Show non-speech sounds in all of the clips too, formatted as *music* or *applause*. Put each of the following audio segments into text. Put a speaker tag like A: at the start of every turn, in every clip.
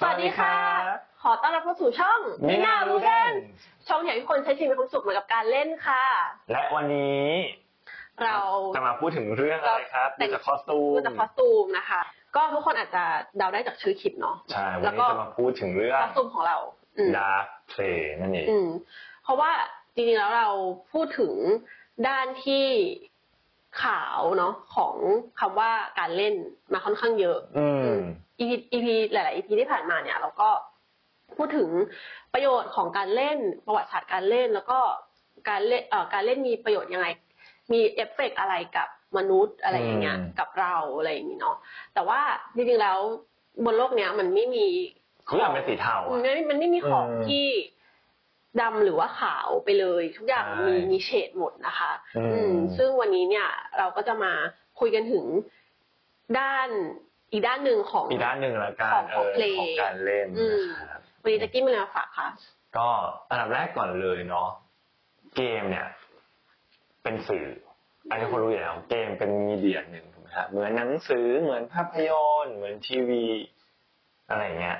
A: สวัสดีค่ะ ขอต้อนรับเข้าสู่ช่อง
B: มินารูเดน
A: ช่องที่ให้คนใช้ชีวิตมีความสุขเหมือนกับการเล่นค่ะ
B: และวันนี้
A: เรา
B: จะมาพูดถึงเรื่องอะไรครับ
A: แต่
B: ดู
A: ง
B: จากคอสตูม
A: ดูจากคอสตูมนะคะ ก็ทุกคนอาจจะเดาได้จากชื่อคลิปเนาะ
B: ใช่
A: แล้
B: วัน
A: วก็
B: นี้จะมาพูดถึงเรื่อ
A: ค
B: ง
A: อสตูมของเรา อืม
B: Dark Play นั่นเอง
A: อืม เพราะว่าจริงๆแล้วเราพูดถึงด้านที่ขาวเนาะของคำว่าการเล่นมาค่อนข้างเยอะ
B: อืม
A: อีพีหลาย ๆ อีพีที่ผ่านมาเนี่ย เราก็พูดถึงประโยชน์ของการเล่นประวัติศาสตร์การเล่น แล้วก็การเล่นเอ่อการเล่นมีประโยชน์ยังไง มีเอฟเฟกต์อะไรกับมนุษย์อะไรอย่างเงี้ย
B: อืม
A: กับเราอะไรอย่างงี้เนาะแต่ว่าจริง ๆ แล้วบนโลกเนี้ยมันไม่มี
B: ทุกอย่างเป็นสีเทา
A: มั
B: อะ
A: นไม่มันไม่มีของ
B: อืม
A: ที่ดำหรือว่าขาวไปเลย ทุกอย่างมันมี
B: ใช่
A: มีเฉดหมดนะคะ
B: อืม
A: อืม ซึ่งวันนี้เนี่ย เราก็จะมาคุยกันถึงด้านอีกด้านหนึ่งของ
B: อีกด้านหนึ่งละกัน
A: ของ
B: เออ
A: Play
B: ของการเล่น
A: อืม
B: นะครับ
A: วันนี้แจะกี้มีอะไรมาฝากคะ
B: ก็อันดับแรกก่อนเลยเนาะเกมเนี่ย เป็นสื่อ อันนี้คนรู้อยู่แล้วเกมเป็นมีเดียหนึ่งถูกไหมครับเหมือนหนังสือเหมือนภาพยนตร์เหมือนทีวี อะไรอย่างเงี้ย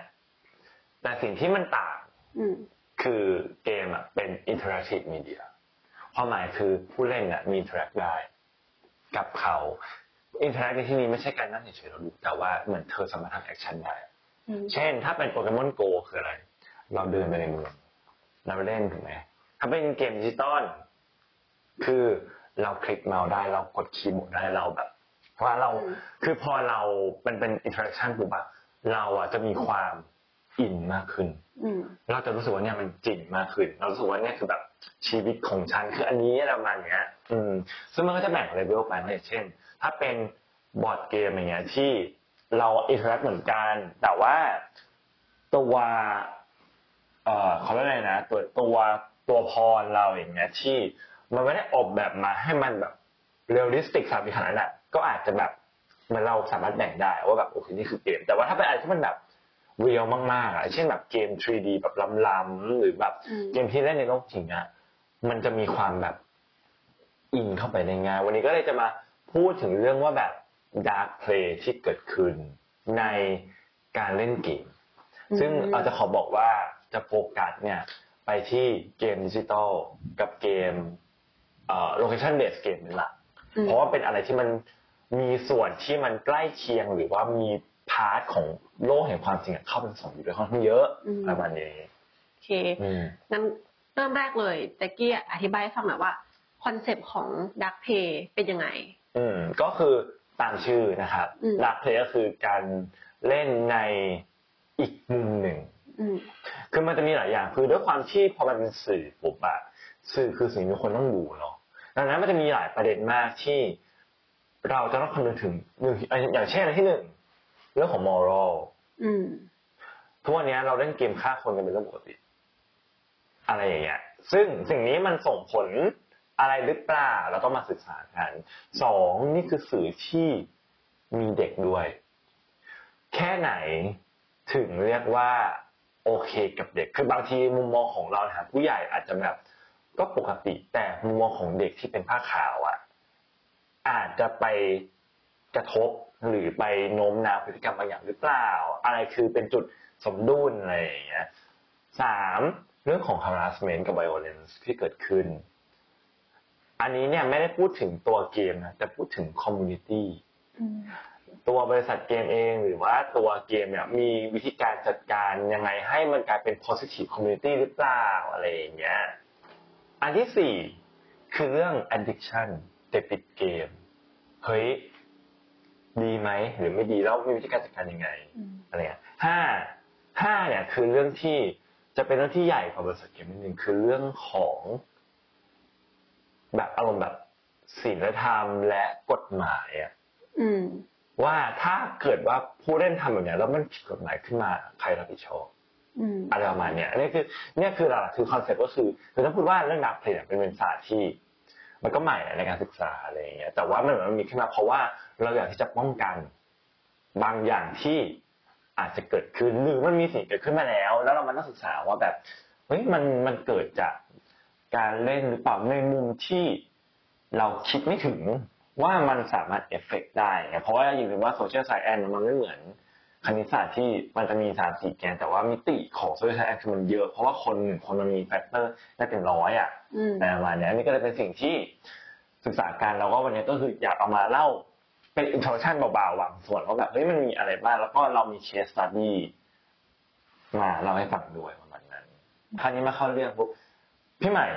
B: แต่สิ่งที่มันต่าง
A: อืม
B: คือเกมอ่ะเป็นอินเทอร์แอคทีฟมีเดียความหมายคือผู้เล่นอ่ะมีอินเทอร์แอคได้กับเขาอินเทอร์แอคในที่นี้ไม่ใช่การนั่งเฉยๆเราดูแต่ว่าเหมือนเธอสามารถทำแอคชั่นได้
A: อืม
B: เช่น ถ้าเป็นโปเกมอนโกคืออะไร เราเดินไปในเมืองเราเล่นถูกไหมถ้าเป็นเกมดิจิตอลคือเราคลิกเมาส์ได้เรากดคีย์บอร์ดได้เราแบบ เพราะว่าเรา
A: อืม
B: คือพอเรามันเป็นอินเทอร์แอคชั่นปุ๊บอะเราอะจะมีความอินมากขึ้น
A: อืม
B: เราจะรู้สึกว่าเนี่ยมันจริงมากขึ้น เรารู้สึกว่าเนี่ยคือแบบชีวิตของฉันคืออันนี้อะไรประมาณเนี้ย อืม ซึ่งมันก็จะแบ่งเลเวลไปนะอย่างเช่น ถ้าเป็นบอร์ดเกมอย่างเงี้ยที่เราอินเทอร์แอคเหมือนกัน แต่ว่าตัวเอ่อเขาเรียกอะไรนะ ตัวตัวตัวพรเราอย่างเงี้ยที่มันไม่ได้ออกแบบมาให้มันแบบเรียลลิสติกสามมิติขนาดนั้นอะก็อาจจะแบบเหมันเราสามารถแบ่งได้ว่าแบบโอเคนี่คือเกม แต่ว่าถ้าเป็นอะไรที่มันแบบ เรียลมากๆอ่ะเช่นแบบเกม 3D แบบล้ำๆหรือแบบ
A: อืม
B: เกมที่เล่นในโลกจริงอ่ะมันจะมีความแบบอินเข้าไปในงาน วันนี้ก็เลยจะมาพูดถึงเรื่องว่าแบบ dark play ที่เกิดขึ้นในการเล่นเกม ซึ่งเราจะขอบอกว่าจะโฟกัสเนี่ย ไปที่เกมดิจิตอลกับเกมเอ่อ location based เกมนี่แหละ
A: อืม
B: เพราะว่าเป็นอะไรที่มันมีส่วนที่มันใกล้เคียงหรือว่ามีพาร์ทของโลกแห่งความจริงอะเข้าเป็นผสมอยู่ด้วยค่อนข้างเยอะ
A: อืม
B: ประมาณนี้
A: โอเค
B: อืม
A: งั้นเริ่มแรกเลยแจะกี้อธิบายให้ฟังหน่อยว่าคอนเซปต์ของดักเพย์เป็นยังไง
B: อืมก็คือตามชื่อนะครับ
A: อืม
B: ดักเพลก็คือการเล่นในอีกมุมหนึ่ง
A: อืม
B: คือมันจะมีหลายอย่าง คือด้วยความที่พอมันเป็นสื่อปุ๊บอะสื่อคือสิ่งที่คนต้องดูเนาะดังนั้นมันจะมีหลายประเด็นมากที่เราจะต้องคำนึงถึงหนึ่งอย่างเช่นอันที่หนึ่งเรื่องของมอรัล
A: อืม
B: ทุกวันนี้เราเล่นเกมฆ่าคนกันเป็นเรื่องปกติ อะไรอย่างเงี้ย ซึ่งสิ่งนี้มันส่งผลอะไรหรือเปล่าเราต้องมาศึกษากันสองนี่คือสื่อที่มีเด็กด้วย แค่ไหนถึงเรียกว่าโอเคกับเด็ก คือบางทีมุมมองของเรานะผู้ใหญ่อาจจะแบบก็ปกติ แต่มุมมองของเด็กที่เป็นผ้าขาวอะอาจจะไปกระทบหรือไปโน้มน้าวพฤติกรรมบางอย่างหรือเปล่า อะไรคือเป็นจุดสมดุลอะไรอย่างเงี้ยสามเรื่องของ harassment กับ violence ที่เกิดขึ้น อันนี้เนี่ยไม่ได้พูดถึงตัวเกมนะแต่พูดถึง community
A: อืม
B: ตัวบริษัทเกมเองหรือว่าตัวเกมเนี่ยมีวิธีการจัดการยังไงให้มันกลายเป็น positive community หรือเปล่าอะไรอย่างเงี้ย อันที่สี่คือเรื่อง addiction เสพติดเกม เฮ้ย ดีไหมหรือไม่ดีแล้วมีวิธีการจัดการยังไง
A: อืม
B: อะไรเงี้ยห้าห้าเนี่ยคือเรื่องที่จะเป็นเรื่องที่ใหญ่กว่าบริษัทเกมนิดนึงคือเรื่องของ แบบอารมณ์แบบศีลธรรมและกฎหมายอะ
A: อืม
B: ว่าถ้าเกิดว่าผู้เล่นทำแบบเนี้ยแล้วมันผิดกฎหมายขึ้นมาใครรับผิดชอบ
A: อืม
B: อะไรประมาณเนี้ยอันนี่คือเนี่ยคือหลักๆคือคอนเซ็ปต์ก็คือคือถ้าพูดว่าเรื่องดักเพลย์เนี่ยเป็นเป็นศาสตร์ที่ มันก็ใหม่ในการศึกษาอะไรอย่างเงี้ยแต่ว่ามันเหมือนมันมีขึ้นมาเพราะว่าเราอยากที่จะป้องกัน บางอย่างที่อาจจะเกิดขึ้นหรือมันมีสิ่งเกิดขึ้นมาแล้ว แล้วเรามานั่งศึกษาว่าแบบเฮ้ยมันมันเกิดจากการเล่นหรือเปล่าในมุมที่เราคิดไม่ถึงว่ามันสามารถเอฟเฟกต์ได้ไงเพราะว่าอย่าลืมว่าโซเชียลไซแอนมันไม่เหมือน คณิตศาสตร์ที่มันจะมีสามสี่แกนแต่ว่ามิติของโซเชียลแอคคือมันเยอะ เพราะว่าคนหนึ่งคนมันมีแฟกเตอร์ได้เป็นร้อยอ่ะ
A: อืม
B: อะไรประมาณเนี้ยนี่ก็เลยเป็นสิ่งที่ศึกษาการแล้วก็วันนี้ก็คืออยากเอามาเล่าเป็นอินโทรชันเบาๆหวังส่วนว่าแบบเฮ้ยมันมีอะไรบ้างแล้วก็เรามีเคสสตัดดี้มาเล่าให้ฟังด้วยประมาณนั้น คราวนี้มาเข้าเรื่องปุ๊บพี่ใหม่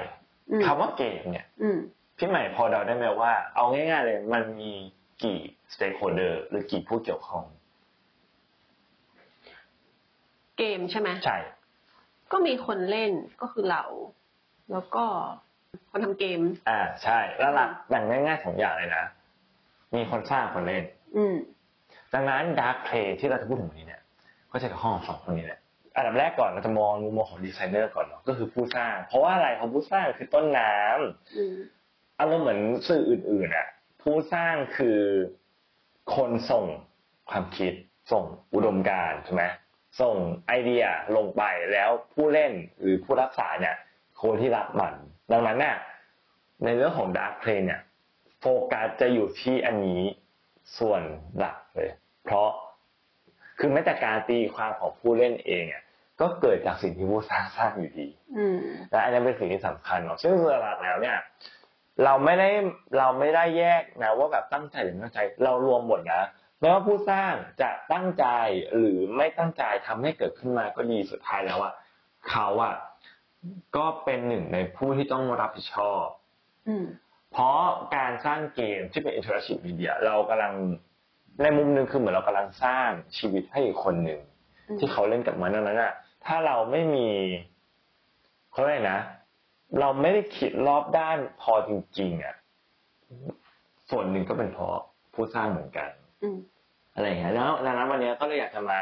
A: อืม
B: คำว่าเกมเนี่ย
A: อืม
B: พี่ใหม่พอเดาได้ไหมว่าเอาง่ายๆเลย มันมีกี่สเต็กโฮเดอร์หรือกี่ผู้เกี่ยวข้อง
A: เกมใช่ไหม
B: ใช่
A: ก็มีคนเล่นก็คือเรา แล้วก็คนทำเกม
B: อ่าใช่แล้วหลักแบ่งง่ายๆสองอย่างเลยนะ มีคนสร้างคนเล่น
A: อืม
B: ดังนั้นดาร์ p เพลย์ที่เราจะพูดถึงวันนี้เนี่ยก็จะเกี่ยวข้องกับสองคนนี้แหละอันดับแรกก่อนเราจะมองมุมมองของดีไซเนอร์ก่อนเนาะก็คือผู้สร้าง เพราะว่าอะไรของผู้สร้างคือต้นน้ำ
A: อืม
B: อารมณ์เหมือนสื่ออื่นๆอ่ะผู้สร้างคือคนส่งความคิด ส่งอุดมการณ์ใช่ไหมส่งไอเดียลงไปแล้วผู้เล่นหรือผู้รักษาเนี่ยคนที่รับมัน ดังนั้นน่ะในเรื่องของดาร์ p เพลย์เนี่ยโฟกัสจะอยู่ที่อันนี้ ส่วนหลักเลย เพราะคือแม้แต่การตีความของผู้เล่นเองอ่ะก็เกิดจากสิ่งที่ผู้สร้างสร้างอยู่ดี
A: อืม
B: และอันนี้เป็นสิ่งที่สำคัญเนาะซึ่งส่วนหลักแล้วเนี่ย เราไม่ได้เราไม่ได้แยกนะว่าแบบตั้งใจหรือไม่ตั้งใจ เรารวมหมดนะไม่ว่าผู้สร้างจะตั้งใจหรือไม่ตั้งใจทำให้เกิดขึ้นมาก็ดีสุดท้ายแล้วอะเขาอะก็เป็นหนึ่งในผู้ที่ต้องรับผิดชอบ
A: อืม
B: เพราะการสร้างเกมที่เป็น interactive media เรากำลังในมุมหนึ่งคือเหมือนเรากำลังสร้างชีวิตให้อีกคนหนึ่ง
A: อืม
B: ที่เขาเล่นกับมันนั้นน่ะ ถ้าเราไม่มีเขาเรียกอะไรนะ เราไม่ได้คิดรอบด้านพอจริงๆอ่ะ ส่วนหนึ่งก็เป็นเพราะผู้สร้างเหมือนกัน
A: อืม
B: อะไรอย่างเงี้ยแล้วดังนั้นวันเนี้ยก็เลยอยากจะมา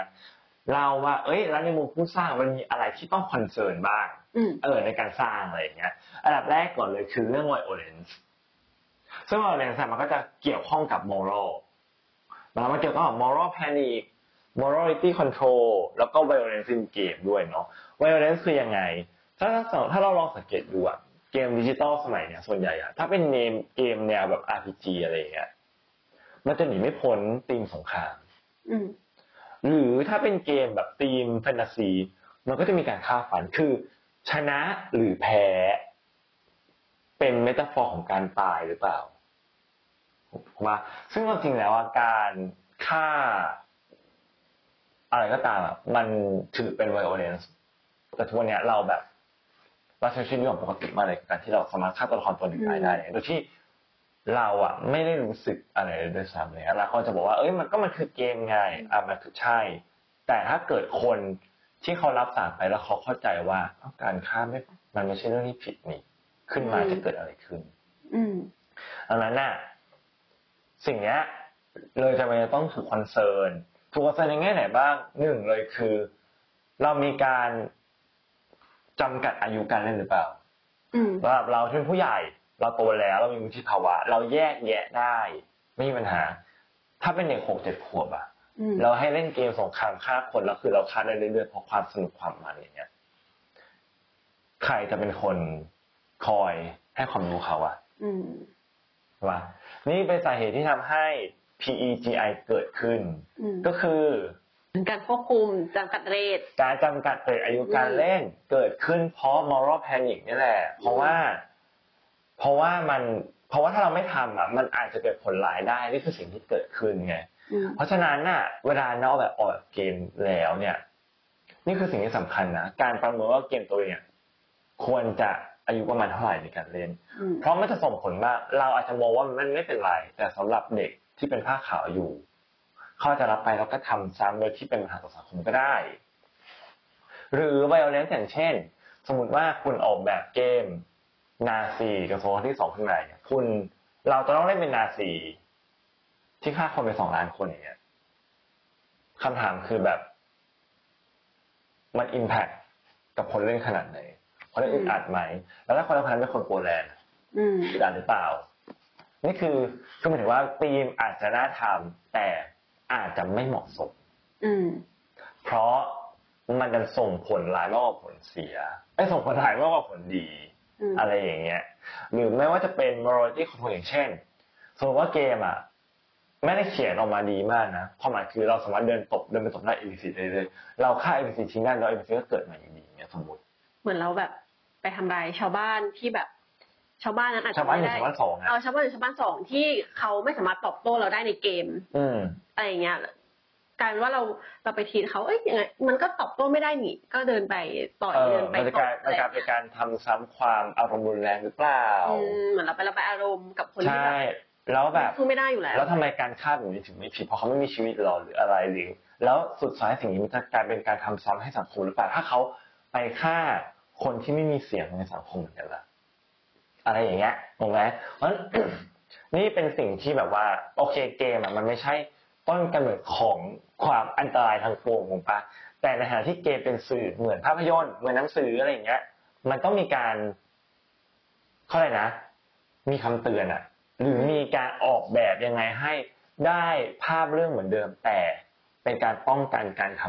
B: เล่าว่า เอ้ย แล้วในมุมผู้สร้างมันมีอะไรที่ต้องคอนเซิร์นบ้าง
A: อืม
B: เออในการสร้างอะไรอย่างเงี้ย อันดับแรกก่อนเลยคือเรื่องไวโอเลนซ์ซึ่งไวโอเลนซ์มันก็จะเกี่ยวข้องกับมอรัลมันมาเกี่ยวข้องกับมอรัลแพนิคมอรัลิตี้คอนโทรลแล้วก็ไวโอเลนซ์ในเกมด้วยเนาะไวโอเลนซ์คือยังไง ถ้าถ้าถ้าเราลองสังเกตดูอะเกมดิจิตอลสมัยเนี้ยส่วนใหญ่อะถ้าเป็นเนมเกมแนวแบบ RPG อะไรอย่างเงี้ยมันจะหนีไม่พ้นธีมสงคราม
A: อืม
B: หรือถ้าเป็นเกมแบบธีมแฟนตาซี มันก็จะมีการฆ่าฝันคือ ชนะหรือแพ้ เป็นเมตาฟอร์ของการตายหรือเปล่าผมว่าซึ่งความจริงแล้วอะการฆ่า อะไรก็ตามอะมันถือเป็นไวโอเลนส์แต่ทุกวันเนี้ยเราแบบเราใช้ชีวิตอย่างปกติมากเลยกับการที่เราสามารถฆ่าตัวละครตัวหนึ่งตายได้เนี่ยโดยที่ เราอะไม่ได้รู้สึกอะไรเลยด้วยซ้ำเลยเราก็จะบอกว่าเอ้ยมันก็มันคือเกมไงอ่ะมันคือใช่ แต่ถ้าเกิดคนที่เขารับสารไปแล้วเขาเข้าใจว่าอ้าวการฆ่าไม่มันไม่ใช่เรื่องที่ผิดนี่ ขึ้นมา
A: อืม
B: จะเกิดอะไรขึ้น
A: อืม
B: ดังนั้นน่ะสิ่งเนี้ยเลยจะมันจะต้องถูกคอนเซิร์นถูกคอนเซิร์นในแง่ไหนบ้างหนึ่งเลยคือ เรามีการจำกัดอายุการเล่นหรือเปล่า
A: อืม
B: สำหรับเราที่เป็นผู้ใหญ่เราโตแล้วเรามีวุฒิภาวะ เราแยกแยะได้ ไม่มีปัญหา ถ้าเป็นเด็กหกเจ็ดขวบอะ
A: อืม
B: เราให้เล่นเกมสงครามฆ่าคนแล้วคือเราฆ่าได้เรื่อยๆเพราะความสนุกความมันอย่างเงี้ยใครจะเป็นคนคอยให้ความรู้เขาอะ
A: อืม
B: ว่า นี่เป็นสาเหตุที่ทำให้ PEGI เกิดขึ้น
A: อืม
B: ก็คือ
A: การควบคุมจำกัดเรท
B: การจำกัดเตะอายุการเล่นเกิดขึ้นเพราะ moral panic นี่แหละ เพราะว่า เพราะว่ามัน เพราะว่าถ้าเราไม่ทำอ่ะ มันอาจจะเกิดผลร้ายได้ นี่คือสิ่งที่เกิดขึ้นไง
A: อืม
B: เพราะฉะนั้นน่ะ เวลาเราแบบออกแบบเกมแล้วเนี่ย นี่คือสิ่งที่สำคัญนะ การประเมินว่าเกมตัวเองอ่ะควรจะอายุประมาณเท่าไหร่ในการเล่น
A: อืม
B: เพราะมันจะส่งผลมาก เราอาจจะมองว่ามันไม่เป็นไร แต่สำหรับเด็กที่เป็นผ้าขาวอยู่ เขาจะรับไปแล้วก็ทำซ้ำโดยที่เป็นปัญหาต่อสังคมก็ได้ หรือไวโอเลนซ์อย่างเช่น สมมติว่าคุณออกแบบเกมนาซีกับโซนที่สองขึ้นมาเนี่ยคุณเราจะต้องเล่นเป็นนาซีที่ฆ่าคนไปสองล้านคนอย่างเงี้ยคำถามคือแบบ มันอิมแพคกับคนเล่นขนาดไหนคนเล่นอึดอัดไหม แล้วถ้าคนเล่นคนนั้นเป็นคนโปแลนด์
A: อืม
B: ผิดอ่านหรือเปล่า นี่คือคือหมายถึงว่าธีมอาจจะน่าทำแต่อาจจะไม่เหมาะสม
A: อืม
B: เพราะมันจะส่งผลร้ายมากกว่าผลเสียไอ้ยส่งผลร้ายมากกว่าผลดี
A: อืม
B: อะไรอย่างเงี้ย หรือไม่ว่าจะเป็น morality control อย่างเช่น สมมติว่าเกมอ่ะ ไม่ได้เขียนออกมาดีมากนะความหมายคือเราสามารถเดินตบเดินไปตบหน้า ABC ได้เลยเราฆ่า ABC ทิ้งได้แล้ว ABC ก็เกิดมาอย่างดีเนี่ยสมมติ
A: เหมือนเราแบบไปทำร้ายชาวบ้านที่แบบ ชาวบ้านนั้นอาจ
B: ชา
A: จะ
B: วบ้านห
A: ไม่
B: นึ่ง
A: ได้
B: ชาวบ้านสองนะ
A: เออชาวบ้านหรือชาวบ้านสองที่เขาไม่สามารถตอบโต้เราได้ในเกม
B: อืม
A: อะไรอย่างเงี้ยกลายเป็นว่าเราเราไปทีดเขาเอ้ยยังไงมันก็ตอบโต้ไม่ได้นี่ ก็เดินไปต่อย
B: เออ
A: เดินไป
B: มันจะ
A: ตบ
B: กลาย
A: อะ
B: มัน
A: ไร
B: กลายเป็นการทำซ้ำความอารมณ์รุนแรงหรือเปล่า
A: อืมเหมือนเราไประบายอารมณ์กับคนที่
B: ใช่
A: แบบ
B: แล้วแบบ
A: สู้ไม่ได้อยู่แล้ว
B: แล้วทำไมการฆ่าแบบนี้ถึงไม่ผิดเพราะเขาไม่มีชีวิตหรอหรืออะไรหรือแล้วสุดท้ายสิ่งนี้มันจะกลายเป็นการทำซ้ำให้สังคมหรือเปล่าถ้าเขาไปฆ่าคนที่ไม่มีเสียงในสังคมเหมือนกันล่ะอะไรอย่างเงี้ยถูกไหมเพราะฉะนั้น *coughs* นี่เป็นสิ่งที่แบบว่า โอเคเกมอะมันไม่ใช่ต้นกำเนิดของความอันตรายทางปวงของปะแต่ในขณะที่เกมเป็นสื่อเหมือนภาพยนตร์เหมือนหนังสืออะไรอย่างเงี้ย มันต้องมีการเขาเรียกนะ มีคำเตือนอะหรือมีการออกแบบยังไงให้ได้ภาพเรื่องเหมือนเดิม แต่เป็นการป้องกันการท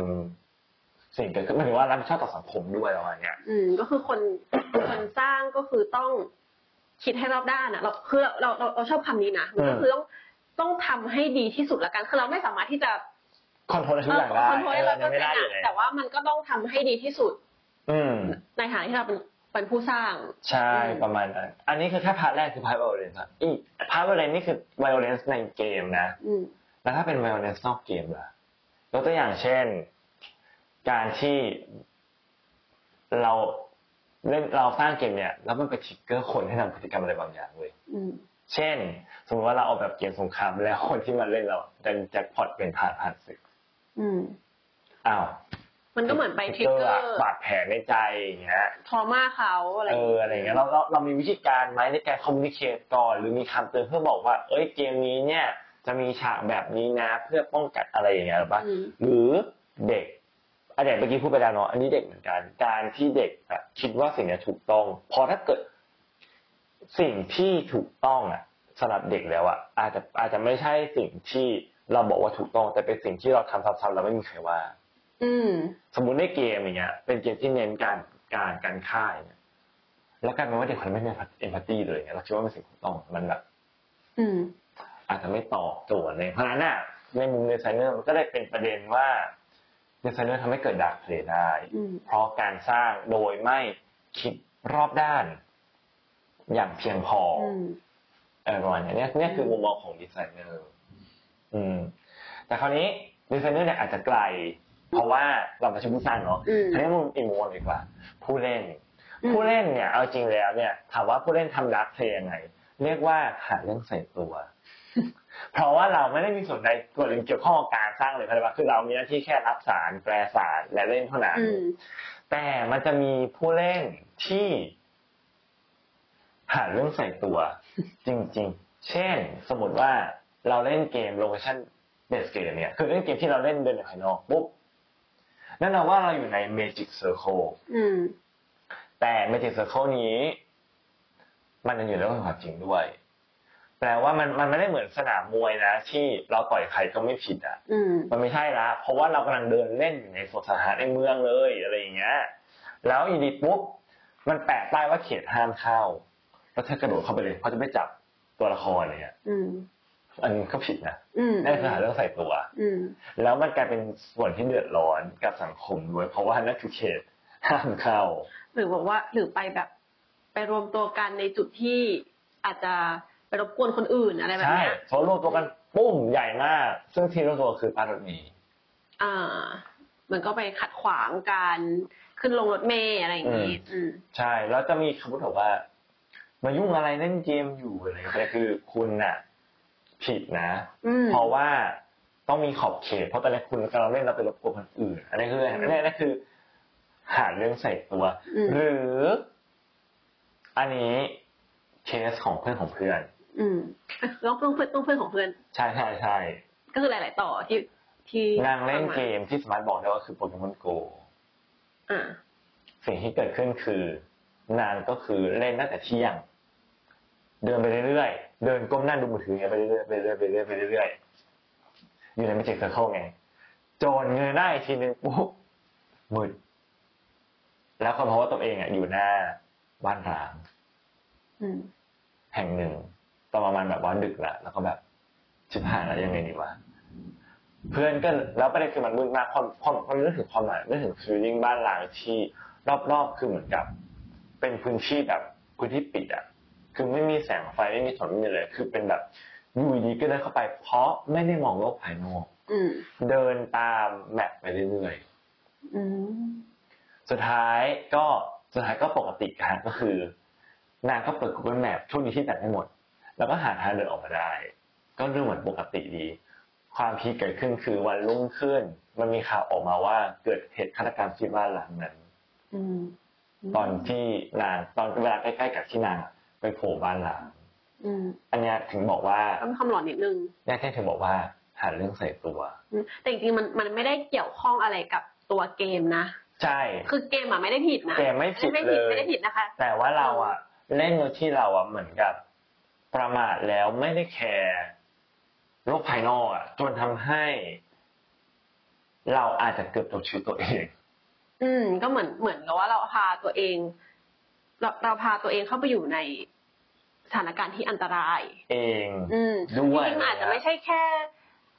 B: ำสิ่งเกิดขึ้นหมายถึงว่ารับผิดชอบต่อสังคมด้วยอะไรอย่างเงี้ย
A: อืมก็คือคน คนสร้างก็คือต้องคิดให้รอบด้านอะเราคือเราเราเราเราชอบคำนี้นะมันก็คือต้องต้องทำให้ดีที่สุดละกันคือเราไม่สามารถที่จะ
B: คอนโทรลทุกอย่างได้
A: คอนโทรลได้
B: อะไร
A: เราก็
B: ไม่ได้อยู่
A: แต่
B: แล้ว
A: ว่ามันก็ต้องทำให้ดีที่สุด
B: อืม
A: ในฐานะที่เราเป็นเป็นผู้สร้าง
B: ใช่
A: อืม
B: ประมาณนั้น อันนี้คือแค่พาร์ทแรกคือพาร์ทไวโอเลนส์ครับอีกพาร์ทไวโอเลนส์นี่คือไวโอเลนส์ในเกมนะ
A: อืม
B: แล้วถ้าเป็นไวโอเลนซ์นอกเกมล่ะยกตัวอย่างเช่น การที่เราเล่นเราสร้างเกมเนี่ย แล้วมันไปทริกเกอร์คนให้ทำพฤติกรรมอะไรบางอย่างเว้ย
A: อืม
B: เช่น สมมติว่าเราออกแบบเกมสงครามแล้วคนที่มาเล่นเราดันแจ็คพอตเป็นทหารผ่านศึก
A: อืม
B: อ้าว
A: มันก็เหมือนไปทริกเกอร์
B: บาดแผลในใจอย่างเงี้ย
A: ทรมาเขาอะไร
B: เอออะไรอย่างเงี้ยเราเราเรามีวิธีการไหมในการคอมมิเคตก่อนหรือมีคำเตือนเพื่อบอกว่า เอ้ยเกมนี้เนี่ย จะมีฉากแบบนี้นะ เพื่อป้องกันอะไรอย่างเงี้ยหรือเปล่า
A: อืม
B: หรือเด็กอันเด็กเมื่อกี้พูดไปแล้วเนาะอันนี้เด็กเหมือนกัน การที่เด็กอะคิดว่าสิ่งเนี้ยถูกต้อง พอถ้าเกิดสิ่งที่ถูกต้องอะสำหรับเด็กแล้วอะอาจจะอาจจะไม่ใช่สิ่งที่เราบอกว่าถูกต้อง แต่เป็นสิ่งที่เราทำซ้ำๆแล้วไม่มีใครว่า
A: อืม
B: สมมติในเกมอย่างเงี้ย เป็นเกมที่เน้นการการการฆ่าอย่างเนี่ยแล้วกลายเป็นว่าเด็กคนนั้นไม่มีเอมพัตตีเลยอย่างเงี้ยเราคิดว่ามันสิ่งถูกต้องมันแบบ
A: อืม
B: อาจจะไม่ตอบโจทย์เลยเพราะฉะนั้นน่ะในมุมดีไซเนอร์มันก็เลยเป็นประเด็นว่าดีไซเนอร์ทำให้เกิดดาร์กเพลย์ได้
A: อืม
B: เพราะการสร้างโดยไม่คิดรอบด้าน อย่างเพียงพอ
A: อืม
B: เออประมาณเนี้ยเนี่ยเนี่ยคือมุมมองของดีไซเนอร์อืม แต่คราวนี้ดีไซเนอร์เนี่ยอาจจะไกล เพราะว่าเราเป็นผู้สร้างเนาะ
A: อืม
B: ทีนี้มุมอีกมุมมองดีกว่า ผู้เล่น
A: อืม
B: ผู้เล่นเนี่ยเอาจริงแล้วเนี่ยถามว่าผู้เล่นทำดาร์กเพลย์ยังไง เรียกว่าหาเรื่องใส่ตัว *laughs* เพราะว่าเราไม่ได้มีส่วนใดส่วนหนึ่งเกี่ยวข้องกับการสร้างเลยเพราะว่าคือเรามีหน้าที่แค่รับสารแปลสารและเล่นเท่านั้น
A: อืม
B: แต่มันจะมีผู้เล่นที่ หาเรื่องใส่ตัว จริง ๆ เช่น สมมติว่าเราเล่นเกมโลเคชั่นเบสเกมเนี่ยคือเล่นเกมที่เราเล่นเดินออกไปภายนอกปุ๊บนั่นเราว่าเราอยู่ในเมจิกเซอร์โค
A: อืม
B: แต่เมจิกเซอร์เคิลนี้ มันยังอยู่ในโลกแห่งความจริงด้วย แปลว่ามันมันไม่ได้เหมือนสนามมวยนะ ที่เราต่อยใครก็ไม่ผิดอ่ะ
A: อืม
B: มันไม่ใช่ละเพราะว่าเรากำลังเดินเล่นอยู่ในสวนสาธารณะในเมืองเลยอะไรอย่างเงี้ย แล้วอยู่ดีปุ๊บมันแปะป้ายว่าเขตห้ามเข้า แล้วเธอกระโดดเข้าไปเลยเขาะจะไปจับตัวละครอะไรเงี้ย
A: อืม
B: อันนี้ก็ผิดนะ
A: อืม
B: นั่นคือหาเรื่องใส่ตัว
A: อืม
B: แล้วมันกลายเป็นส่วนที่เดือดร้อนกับสังคมด้วย เพราะว่านั่นคือเขตห้ามเข้า
A: หรือบอกว่า หรือไปแบบ ไปรวมตัวกันในจุดที่อาจจะไปรบกวนคนอื่นอะไรแบบ
B: ใช่
A: เนี้ย
B: เขารวมตัวกันปุ้มใหญ่มาก ซึ่งที่รวมตัวคือปารณี
A: อ่า มันก็ไปขัดขวางการขึ้นลงรถเมย์อะไรอย่างงี้อืม
B: ใช่ แล้วจะมีคำพูดแบบว่า มายุ่งอะไรเล่นเกมอยู่อะไรแต่คือคุณน่ะ ผิดนะ
A: อืม
B: เพราะว่าต้องมีขอบเขต เพราะตอนนี้คุณกำลังเล่นเราไปรบกวนคนอื่น อันนี้คืออันนี้อันนี้คือ หาเรื่องใส่ตัว
A: อืม
B: หรือ อันนี้เคสของเพื่อนของเพื่อน
A: อืมต้องเพื่อนต้องเพื่อนของเพื่อน
B: ใช่ใช่ใช่
A: ก็คือหลาย ๆ ต่อที่ที่
B: นางเล่นเกมที่สามารถบอกได้ว่าคือโปเกมอนโก
A: อ่า
B: สิ่งที่เกิดขึ้นคือนางก็คือเล่นตั้งแต่เที่ยง เดินไปเรื่อยๆ เดินก้มหน้าดูมือถือไงไปเรื่อยๆไปเรื่อยๆไปเรื่อยๆไปเรื่อยๆอยู่ในมิจิกเซอร์เคิลไงจนเงยหน้าอีกทีนึงปุ๊บมืดแล้วคนพบว่าตัวเองอ่ะอยู่หน้าบ้านร้าง
A: อืม
B: แห่งหนึ่งตอนประมาณแบบว่าดึกละแล้วก็แบบ ชิบหายแล้วยังไงดีวะเพื่อนก็แล้วประเด็นคือมันมืดมากความความความนึกถึงความหมายนึกถึงฟีลลิ่งบ้านหลังที่รอบๆคือเหมือนกับ เป็นพื้นที่แบบพื้นที่ปิดอ่ะคือไม่มีแสงไฟไม่มีถนนไม่มีอะไรคือเป็นแบบอยู่ดีก็เดินเข้าไป เพราะไม่ได้มองโลกภายนอก
A: อืม
B: เดินตามแมปไปเรื่อยๆ
A: อืม
B: สุดท้ายก็สุดท้ายก็ปกติการก็คือ นางก็เปิด Google Map ช่วงนี้ที่แบตไม่หมด แล้วก็หาทางเดินออกมาได้ ก็ดูเหมือนปกติดี ความพีคเกิดขึ้นคือวันรุ่งขึ้น มันมีข่าวออกมาว่าเกิดเหตุฆาตกรรมที่บ้านหลังนั้น
A: อืม
B: ตอนที่นางตอนเวลาใกล้ๆกับที่นางไปโผล่บ้านหลัง
A: อืม
B: อันเนี้ยถึงบอกว่า
A: ก็มีความหลอนนิดนึง
B: เนี่ยแค่ถึงบอกว่าหาเรื่องใส่ตัว
A: อืมแต่จริงๆมันมันไม่ได้เกี่ยวข้องอะไรกับตัวเกมนะ
B: ใช่
A: คือเกมอ่ะไม่ได้ผิดนะ
B: เกมไม่ผิด
A: ไม่
B: เล
A: ผิด
B: ย
A: ไม่ได้ผิดนะคะ
B: แต่ว่าเราอะเล่นโดยที่เราอะเหมือนกับประมาทแล้วไม่ได้แคร์โลกภายนอกอะจนทำให้ เราอาจจะเกือบจบชีวิตตัวเอง
A: อืม ก็เหมือนเหมือนกับว่าเราพาตัวเอง เราเราพาตัวเองเข้าไปอยู่ในสถานการณ์ที่อันตราย
B: เอง
A: อืมจ
B: ด้วย
A: ริงๆมันอาจจะไม่ใช่แค่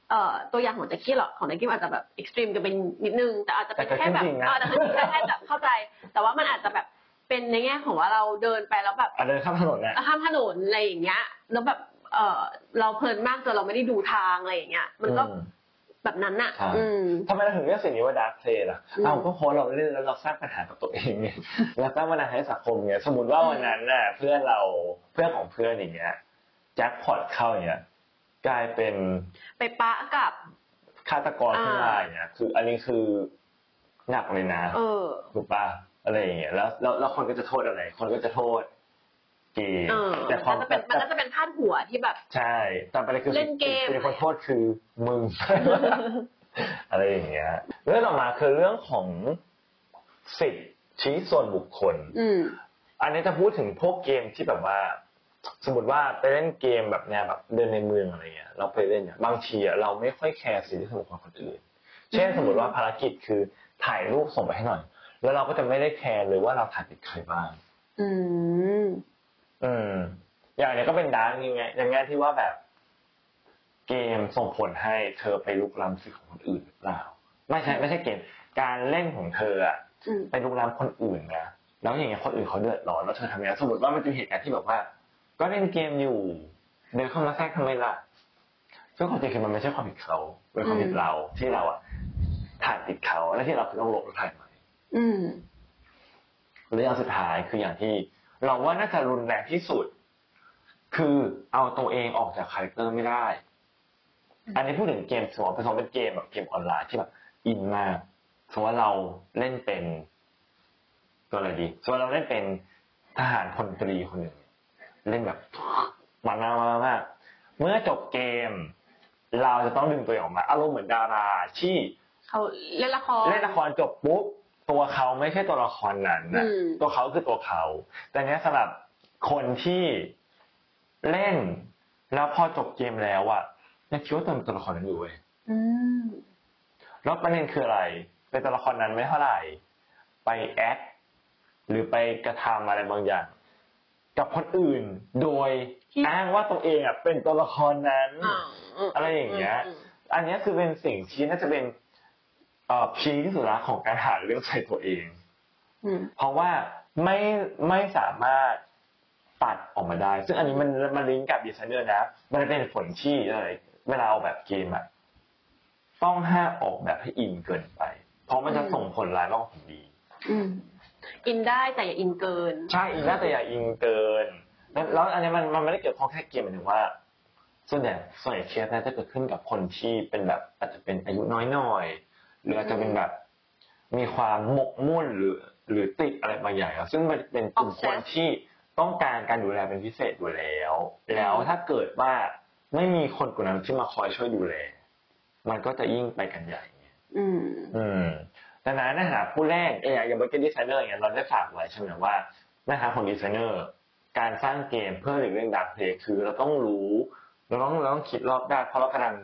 A: เอ่อตัวอย่างของแจ็คกี้หรอกของแจ็คกี้อาจจะแบบเอ็กซ์ตรีมกันเป็นนิดนึง แต่อาจจะเป็น
B: แต่ก็
A: แค่แบบ
B: จริงๆนะ
A: เออแต่คือแค่แค่แบบเข้าใจ แต่ว่ามันอาจจะแบบเป็นในแง่ของว่าเราเดินไปแล้วแบบ
B: อ่ะเดินข้ามถนนนะ
A: ข้ามถนนอะไรอย่างเงี้ย แล้วแบบเออเราเพลินมากจนเราไม่ได้ดูทางอะไรอย่างเงี้ย มันก็
B: อืม
A: แบบนั้นน่ะ
B: ใช่
A: อืม
B: ทำไมเราถึงเรียกสิ่งนี้ว่าดาร์กเพลย์ล่ะ
A: อืม
B: อ้าวก็เพราะเราเล่นแล้วเราสร้างปัญหากับตัวเอง *laughs* ไงเราสร้างปัญหาให้สังคมไงสมมติว่า
A: อืม
B: วันนั้นน่ะ เพื่อนเราเพื่อนของเพื่อนอย่างเงี้ยแจ็คพอตเข้าอย่างเงี้ยกลายเป็น
A: ไปปะกับ
B: ฆาตกร
A: อ่า
B: ขึ้นมาอย่างเนี่ยคืออันนี้คือหนักเลยนะ
A: เออ
B: ถูกป่ะอะไรอย่างเงี้ยแล้วแล้วแล้วคนก็จะโทษอะไร คนก็จะโทษเกม
A: เออ
B: แต่ความ
A: มันก็จะเป็นมันก็จะเป็นพาดหัวที่
B: *laughs*
A: แบบ
B: ใช่แต่ประเด็นคือ
A: เล่นเกม
B: คือคนโทษคือมึง *laughs* อะไรอย่างเงี้ยเรื่องต่อมาคือเรื่องของสิทธิชี้ส่วนบุคคล
A: อืม
B: อันนี้จะพูดถึงพวกเกมที่แบบว่า สมมติว่าไปเล่นเกมแบบแนวแบบเดินในเมืองอะไรเงี้ยเราไปเล่นเนี่ยบางทีอะเราไม่ค่อยแคร์สิ่งที่สมของคนอื่น เช่น
A: อืม
B: สมมติว่าภารกิจคือถ่ายรูปส่งไปให้หน่อย แล้วเราก็จะไม่ได้แคร์เลยว่าเราถ่ายติดใครบ้าง
A: อืม
B: อืม อย่างเนี้ยก็เป็นดาร์กยังไงอย่างง่ายที่ว่าแบบ เกมส่งผลให้เธอไปลุกล้ำสิทธิ์ของคนอื่นหรือเปล่าไม่ใช่ไม่ใช่เกม การเล่นของเธออะ
A: อืม
B: ไปลุกล้ำคนอื่นนะแล้วอย่างเงี้ยคนอื่นเขาเดือดร้อนแล้วเธอทำยังไงสมมติว่ามันเป็นเหตุการณ์ที่แบบว่า ก็เล่นเกมอยู่ เดินเข้ามาแทรกทำไมล่ะซึ่งความจริงคือมันไม่ใช่ความผิดเขาเป็นความผิดเราที่เราอะถ่ายติดเขาและที่เราคือต้องลบแล้วถ่ายใหม่
A: อืม
B: เรื่องสุดท้ายคืออย่างที่ เราว่าน่าจะรุนแรงที่สุด คือเอาตัวเองออกจากคาแรคเตอร์ไม่ได้ อันนี้พูดถึงเกมสมมติเป็นสมมติเป็นเกมแบบเกมออนไลน์ที่แบบอินมากสมมติว่าเราเล่นเป็นตัวอะไรดีสมมติเราเล่นเป็นทหารพลตรีคนหนึ่งเล่นแบบมันมากมากมากเมื่อจบเกม เราจะต้องดึงตัวเองออกมาอารมณ์เหมือนดาราที่
A: เขาเล่นละคร
B: เล่นละครจบปุ๊บตัวเขาไม่ใช่ตัวละครนั้นนะ
A: อืม
B: ตัวเขาคือตัวเขา แต่เนี้ยสำหรับคนที่เล่น แล้วพอจบเกมแล้วอะยังคิดว่าตัวเป็นตัวละครนั้นอยู่เว้ย
A: อืม
B: แล้วประเด็นคืออะไรในตัวละครนั้นไม่เท่าไหร่ ไปแอคหรือไปกระทำอะไรบางอย่าง กับคนอื่นโดย
A: ที่
B: อ้างว่าตัวเองอ่ะเป็นตัวละครนั้น
A: อ่าอืม
B: อะไรอย่างเงี้ย
A: อืม
B: อันเนี้ยคือเป็นสิ่งที่น่าจะเป็นเอ่อพีคที่สุดละของการหาเรื่องใส่ตัวเอง
A: อืม
B: เพราะว่าไม่ไม่สามารถตัดออกมาได้ ซึ่งอันนี้มันมันลิงก์กับดีไซเนอร์นะ มันเป็นผลที่อะไรเวลาออกแบบเกมอะต้องห้ามออกแบบให้อินเกินไป เพราะมันจะ
A: อืม
B: ส่งผลร้ายมากกว่าผลดี
A: อืม อินได้แต่อย่าอินเกิน
B: ใช่อินน่าจะอย่าอินเกินแล้วแล้วอันนี้มันมันไม่ได้เกิดเพราะแค่เกมหมายถึงว่า ส่วนใหญ่ส่วนใหญ่เคสนะจะเกิดขึ้นกับคนที่เป็นแบบอาจจะเป็นอายุน้อยหน่อย หรืออาจจะเป็นแบบ มีความหมกมุ่นหรือ หรือติดอะไรบางอย่างอะซึ่งมันเป็นกลุ่มคน
A: Obsessed
B: ที่ต้องการการดูแลเป็นพิเศษอยู่แล้ว แล้วถ้าเกิดว่าไม่มีคนกลุ่มนั้นที่มาคอยช่วยดูแล มันก็จะยิ่งไปกันใหญ่
A: อืม
B: อืมดังนั้นนะฮะผู้แรกเอออย่างเมื่อกี้ดีไซเนอร์เนี่ยเราได้ฝากไว้ใช่ไหมว่านะฮะของดีไซเนอร์การสร้างเกมเพื่อหลีกเลี่ยงดาร์กเพลย์คือเราต้องรู้เราต้องเราต้องคิดรอบด้านเพราะเรากำลัง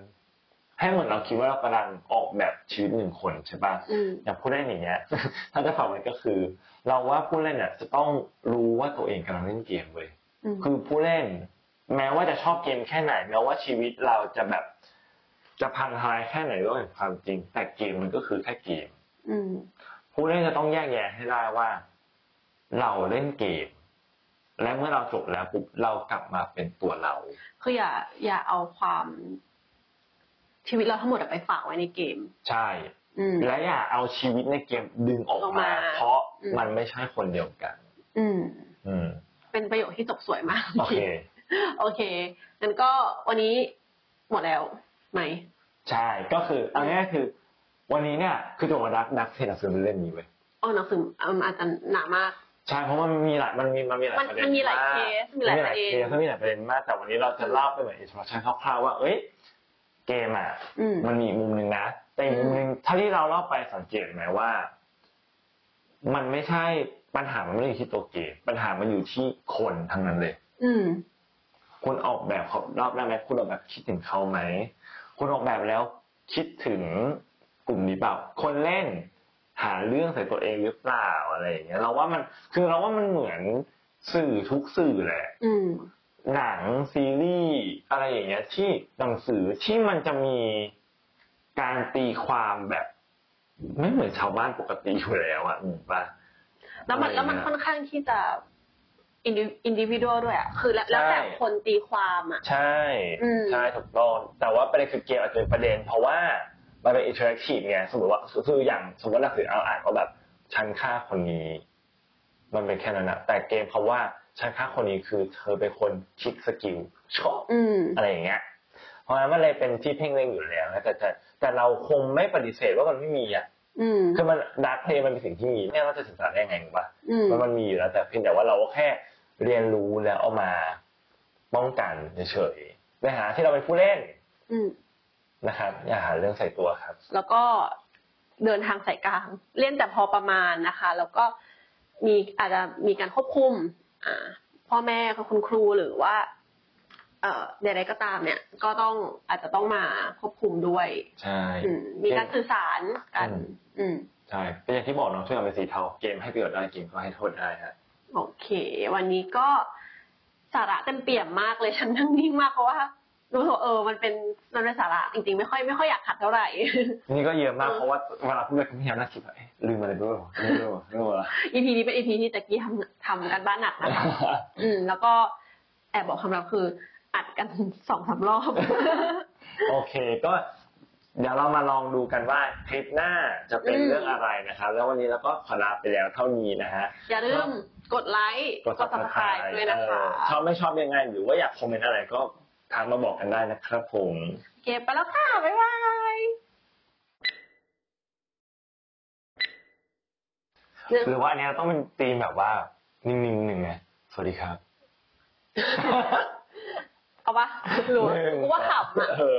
B: ให้เหมือนเราคิดว่าเรากำลังออกแบบชีวิตหนึ่งคนใช่ปะ
A: อืม
B: อย่างผู้เล่นอย่างเงี้ย *laughs* ถ้าจะฝากไว้ก็คือ เราว่าผู้เล่นเนี่ยจะต้องรู้ว่าตัวเองกำลังเล่นเกมเว้ย
A: อืม
B: คือผู้เล่น แม้ว่าจะชอบเกมแค่ไหน แม้ว่าชีวิตเราจะแบบ จะพังทลายแค่ไหนก็เป็นความจริง แต่เกมมันก็คือแค่เกม
A: อืม
B: ผู้เล่นจะต้องแยกแยะให้ได้ว่า เราเล่นเกม และเมื่อเราจบแล้วปุ๊บเรากลับมาเป็นตัวเรา
A: คืออย่าอย่าเอาความชีวิตเราทั้งหมดอะไปฝากไว้ในเกม
B: ใช่
A: อืม
B: และอย่าเอาชีวิตในเกมดึงออก
A: ออกม
B: มา
A: า
B: เพราะ
A: อืม
B: มันไม่ใช่คนเดียวกัน
A: อืม
B: อืม
A: เป็นประโยคที่จบสวยมาก
B: โอเค
A: โอเคงั้นก็วันนี้หมดแล้วไหม
B: ใช่ ก็คือเอาง่ายๆคือ วันนี้เนี่ย คือตัวดักดักเทนักซือมันเล่มนี้เว้ย
A: อ๋อหนังสืออืมอาจจะหนามาก
B: ใช่ เพราะมันมีหลาย มันมี มันมีหลาย
A: มัน
B: ประเด็น
A: มันมีหลาย
B: ก
A: เคสมีหลายประเด็น
B: มีหลายเคสมันมีหลายประเด็นมาก แต่วันนี้เราจะเล่าไปนเหมือนอินโทรชันคร่าวๆว่า เอ้ย เกมอ่ะ
A: อืม
B: มันมีอีกมุมหนึ่งนะ แต่อีกมุมหนึ่งเท่าที่เราเล่าไปสังเกตไหมว่า มันไม่ใช่ปัญหามันไม่ได้อยู่ที่ตัวเกม ปัญหามันอยู่ที่คนทั้งนั้นเลย
A: อืม
B: คุณออกแบบเขารอบแรกไหมคุณออกแบบคิดถึงเขาไหม คุณออกแบบแล้วคิดถึงกลุ่มนี้เปล่า คนเล่นหาเรื่องใส่ตัวเองหรือเปล่าอะไรอย่างเงี้ย เราว่ามันคือเราว่ามันเหมือนสื่อทุกสื่อแหละ
A: อืม
B: หนังซีรีส์อะไรอย่างเงี้ย ที่หนังสือที่มันจะมีการตีความแบบ ไม่เหมือนชาวบ้านปกติอยู่แล้วอะถูกปะ
A: แล้วมัน
B: อะไร
A: แล้วมัน
B: นะ
A: ค่อนข้างที่จะอินดิวิดวลด้วยอ่ะ คือแล้วแล้วแต่
B: ใช่
A: คนตีความอ่ะ
B: ใช่
A: อืม
B: ใช่ถูกต้องแต่ว่าประเด็นคือเกมอาจจะเป็นประเด็น เพราะว่ามันเป็นอินเทอร์แอคทีฟไงสมมติว่าคืออย่างสมมติหนังสือเอาอ่านก็แบบฉันฆ่าคนนี้ มันเป็นแค่นั้นนะแต่เกมเขาว่าฉันฆ่าคนนี้คือเธอเป็นคนคิดสกิลชอบ
A: อืม
B: อะไรอย่างเงี้ย เพราะฉะนั้นมันเลยเป็นที่เพ่งเล็งอยู่แล้วนะแต่แต่แต่เราคงไม่ปฏิเสธว่ามันไม่มีอ่ะ
A: อืม
B: คือมันดาร์กเพลย์มันเป็นสิ่งที่มีเนี่ยเราจะศึกษาได้ยังไงวะ
A: อืม
B: มันมันมีอยู่แล้วแต่เพียงแต่ว่าเราก็แค่เรียนรู้แล้วเอามาป้องกันเฉยๆในหาที่เราเป็นผู้เล่น
A: อืม
B: นะครับ อย่าหาเรื่องใส่ตัวครับ
A: แล้วก็เดินทางสายกลาง เล่นแต่พอประมาณนะคะ แล้วก็มีอาจจะมีการควบคุม อ่า พ่อแม่กับคุณครูหรือว่า เอ่อใดๆก็ตามเนี่ย ก็ต้องอาจจะต้องมาควบคุมด้วย
B: ใช่
A: อืม มีการสื่อสารกัน อืม
B: ใช่เป็นอย่างที่บอกเนาะช่วยกันเป็นสีเทาเกมให้ประโยชน์ได้เกมก็ให้โทษได้ฮะ
A: โอเค วันนี้ก็สาระเต็มเปี่ยมมากเลยฉันนั่งนิ่งมากเพราะว่ารู้สึกว่าเออมันเป็นมันเป็นสาระจริงๆ ไม่ค่อยไม่ค่อยอยากขัดเท่าไหร่ *laughs*
B: นี่ก็เยอะมากเพราะว่าเวลาพูดไปก็พยายามนั่งคิดว่าเอ๊ะลืมอะไรไปบ้างลืมอะไรบ้างลืมอะไร
A: EP นี้เป็น EP ที่แจ็กกี้ทำทำกันบ้านหนักนะคะ อืม แล้วก็แอบบอกความลับคืออัดกัน สองสามรอบ
B: โอเคก็เดี๋ยวเรามาลองดูกันว่าคลิปหน้าจะเป็น
A: อืม
B: เรื่องอะไรนะครับ แล้ววันนี้เราก็ขอลาไปแล้วเท่านี้นะฮะ
A: อย่าลืมกดไลค์
B: กด subscribe
A: ด้วยนะคะ
B: ชอบไม่ชอบยังไง หรือว่าอยากคอมเมนต์อะไรก็ทักมาบอกกันได้นะครับผม
A: โอเค ไปแล้วค่ะ บ๊ายบาย
B: หรือว่าอันเนี้ยต้องเป็นธีมแบบว่า นิ่งๆหนึ่งไงสวัสดีครับ
A: เอาปะรู้
B: หนึ่ง
A: กูว่าขับอ่ะ
B: เออ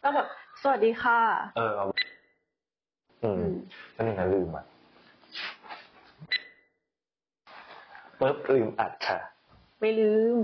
A: แล้วแบบสวัสดีค่ะ
B: เออเอาอืม
A: อืม
B: แล้วนี่นะลืมอ่ะปึ๊บลืมอัดค่ะ
A: ไม่ลืม